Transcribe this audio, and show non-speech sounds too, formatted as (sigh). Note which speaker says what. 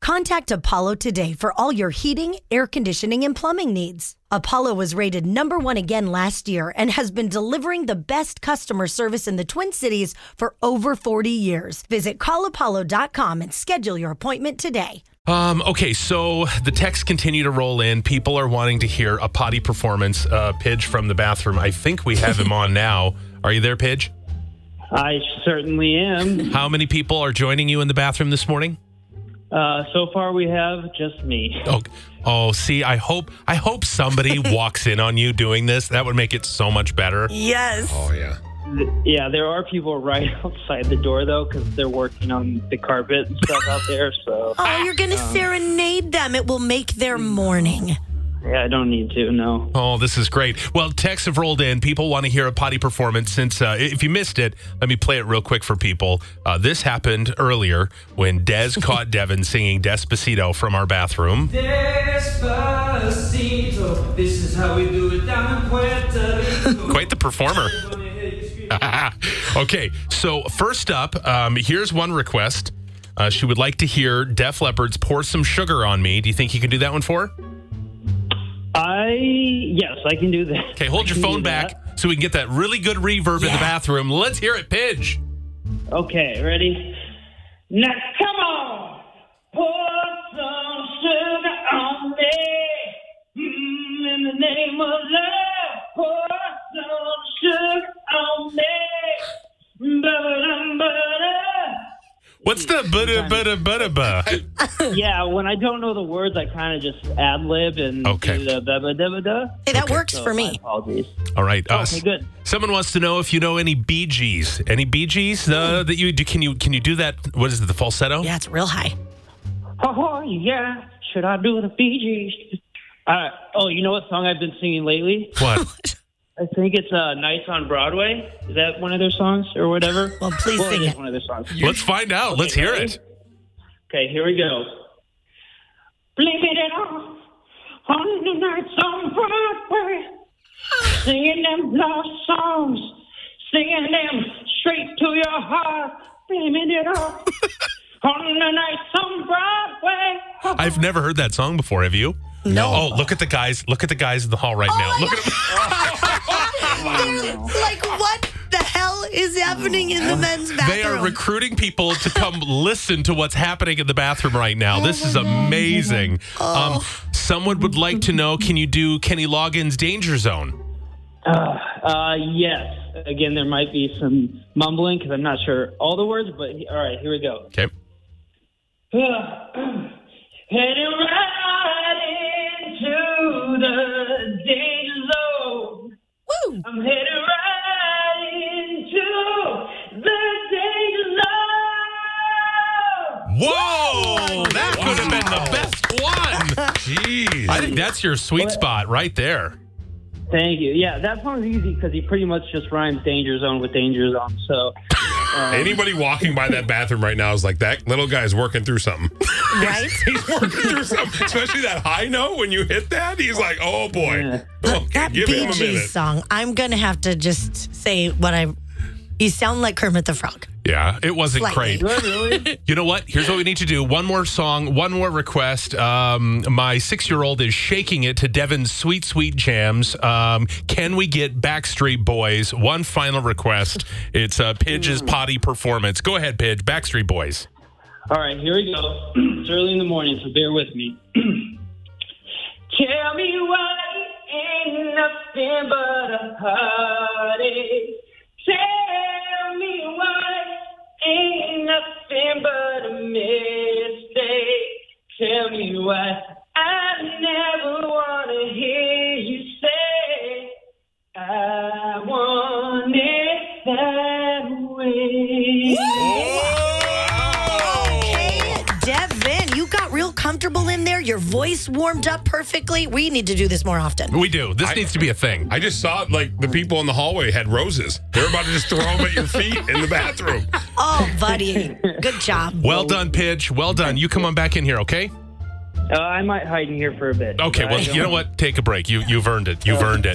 Speaker 1: Contact Apollo today for all your heating, air conditioning, and plumbing needs. Apollo was rated number one again last year and has been delivering the best customer service in the Twin Cities for over 40 years. Visit callapollo.com and schedule your appointment today.
Speaker 2: Um, okay, so the texts continue to roll in. People are wanting to hear a potty performance. Uh, Pidge from the bathroom. I think we have him on now. Are you there, Pidge?
Speaker 3: I certainly am.
Speaker 2: How many people are joining you in the bathroom this morning?
Speaker 3: Uh, so far, we have just me.
Speaker 2: Oh, oh, see, I hope I hope (laughs) somebody walks in on you doing this. That would make it so much better.
Speaker 1: Yes.
Speaker 2: Oh yeah.
Speaker 3: Th- Yeah, there are people right (laughs) outside the door though, because they're working on the carpet and stuff out there. So
Speaker 1: Oh, you're going to serenade them. It will make their
Speaker 2: Mm.
Speaker 1: morning.
Speaker 3: yeah, I don't need to. No.
Speaker 2: Oh, this is great. Well, texts have rolled in. People want to hear a potty performance. Since uh, if you missed it, let me play it real quick for people. Uh, this happened earlier when (laughs) Dez caught Devin singing Despacito from our bathroom.
Speaker 4: Despacito. This is how we do it down in Puerto Rico.
Speaker 2: Quite the performer. Ah. okay, so first up, um, here's one request. Uh, she would like to hear Def Leppard's "Pour Some Sugar on Me." Do you think you can do that one for? her?
Speaker 3: I yes, I can do that.
Speaker 2: Okay, hold your
Speaker 3: I can do
Speaker 2: phone back
Speaker 3: that.
Speaker 2: so we can get that really good reverb in the bathroom. Let's hear it, Pidge.
Speaker 3: Okay, ready? Now come on, pour some sugar on me. Mm, in the name of love, pour some sugar on me. Ba-ba-dum, ba-da.
Speaker 2: What's the butta butta butta ba?
Speaker 3: Yeah, when I don't know the words, I kind of just ad lib and
Speaker 2: Okay.
Speaker 3: do the da ba da ba da.
Speaker 1: Hey, that works for
Speaker 3: My
Speaker 1: me.
Speaker 3: apologies.
Speaker 2: All right. Uh,
Speaker 3: Okay, good.
Speaker 2: Someone wants to know if you know any Bee Gees. Any Bee Gees uh, that you do? Can you can you do that? What is it? The falsetto?
Speaker 1: Yeah, it's real
Speaker 2: (laughs)
Speaker 1: high.
Speaker 3: Oh yeah, should I do the Fiji? Uh, oh, you know what song I've been singing lately? (laughs)
Speaker 2: What?
Speaker 3: I think it's uh, "Nights on Broadway." Is that one of their songs or whatever?
Speaker 1: (laughs) Well, please
Speaker 3: Well, it
Speaker 1: sing
Speaker 3: is
Speaker 1: it.
Speaker 3: One of their songs.
Speaker 2: Let's find out. Let's hear
Speaker 3: ready?
Speaker 2: it.
Speaker 3: Okay, here we go. Blame it all on the nights on Broadway, singing them love songs, singing them straight to your heart. Blaming it all
Speaker 1: (laughs)
Speaker 3: on the nights on Broadway.
Speaker 2: I've never heard that song before. Have you? No. Oh, look at the guys! Look at the guys in the hall right now. Look at them.
Speaker 1: Like, what the hell is happening in the men's bathroom?
Speaker 2: They are recruiting people to come listen to what's happening in the bathroom right now. this is amazing. Um, someone would like to know: Can you do Kenny Loggins' Danger Zone?
Speaker 3: Uh, yes. Again, there might be some mumbling because I'm not sure all the words, but all right, here we go.
Speaker 2: Okay.
Speaker 3: (sighs) Heading right into the danger zone.
Speaker 1: Woo!
Speaker 3: I'm heading right into the danger zone.
Speaker 2: Whoa! That could have been the best one.
Speaker 5: Jeez.
Speaker 2: I think that's your sweet spot right there.
Speaker 3: Thank you. Yeah, that song's easy because he pretty much just rhymes danger zone with danger zone. So,
Speaker 5: Anybody walking by that bathroom right now is like, that little guy's working through something.
Speaker 1: Right?
Speaker 5: (laughs) He's working through something, especially that high note. When you hit that, he's like, oh boy. Okay,
Speaker 1: That
Speaker 5: give him
Speaker 1: Bee
Speaker 5: a
Speaker 1: Gees
Speaker 5: minute.
Speaker 1: song, I'm going to have to just say what I. You sound like Kermit the Frog.
Speaker 2: Yeah, it wasn't
Speaker 1: Slightly.
Speaker 2: great. You know what? Here's what we need to do. One more song, one more request. Um, my six year old is shaking it to Devin's Sweet Sweet Jams. Um, can we get Backstreet Boys? One final request. It's uh, Pidge's potty performance. Go ahead, Pidge. Backstreet Boys.
Speaker 3: (laughs) All right, here we go. (clears throat) it's early in the morning, so bear with me. (clears throat) Tell me why ain't nothing but a heartache. Tell me why ain't nothing but a mistake. Tell me why I never wanna hear you say I want it that way.
Speaker 1: Hey, Devin, you got real comfortable in there. Your voice warmed up perfectly. We need to do this more often.
Speaker 2: We do. This needs to be a thing.
Speaker 5: I just saw like the people in the hallway had roses. They were about to just throw them at your feet in the bathroom.
Speaker 1: Oh, buddy. Good job.
Speaker 2: Well done, Pidge. Well done. You come on back in here, okay?
Speaker 3: Uh, I might hide in here for a bit.
Speaker 2: Okay,
Speaker 3: I
Speaker 2: well, you
Speaker 3: don't-
Speaker 2: know what? Take a break. You, you've earned it. You've earned it.